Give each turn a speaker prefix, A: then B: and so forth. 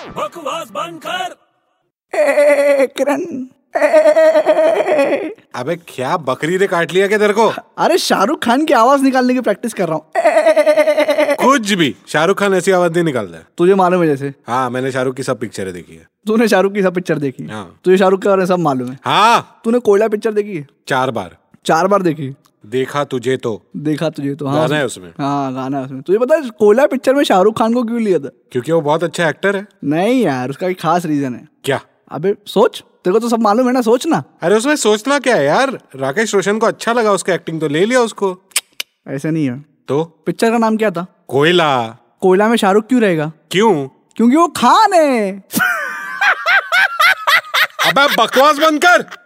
A: आवाज बंद कर
B: ए किरण ए,
C: अबे क्या बकरी ने काट लिया क्या तेरे को
B: अरे शाहरुख खान की आवाज निकालने की प्रैक्टिस कर रहा हूँ ए,
C: कुछ भी शाहरुख खान ऐसी आवाज नहीं निकालता है
B: तुझे मालूम है जैसे
C: हाँ मैंने शाहरुख की सब पिक्चरें देखी है
B: तूने शाहरुख की सब पिक्चर देखी
C: हाँ।
B: तुझे शाहरुख के बारे में सब मालूम है
C: हाँ
B: तूने कोयला पिक्चर देखी है
C: चार बार
B: चार बार देखी
C: देखा तुझे तो
B: देखा तुझे तो हाँ
C: गाना है उसमें
B: हाँ गाना है उसमें तुझे पता है कोयला पिक्चर में शाहरुख खान को क्यों लिया था
C: क्योंकि वो बहुत अच्छा एक्टर है
B: नहीं यार उसका एक खास रीजन है
C: क्या
B: अबे सोच तेरे को तो सब मालूम है ना सोच ना
C: अरे उसमें सोचना क्या है यार राकेश रोशन को अच्छा लगा उसका एक्टिंग तो ले लिया उसको
B: ऐसा नहीं है
C: तो
B: पिक्चर का नाम क्या था
C: कोयला
B: कोयला में शाहरुख क्यों रहेगा
C: क्यों
B: क्योंकि वो खान है
C: अबे बकवास बंद कर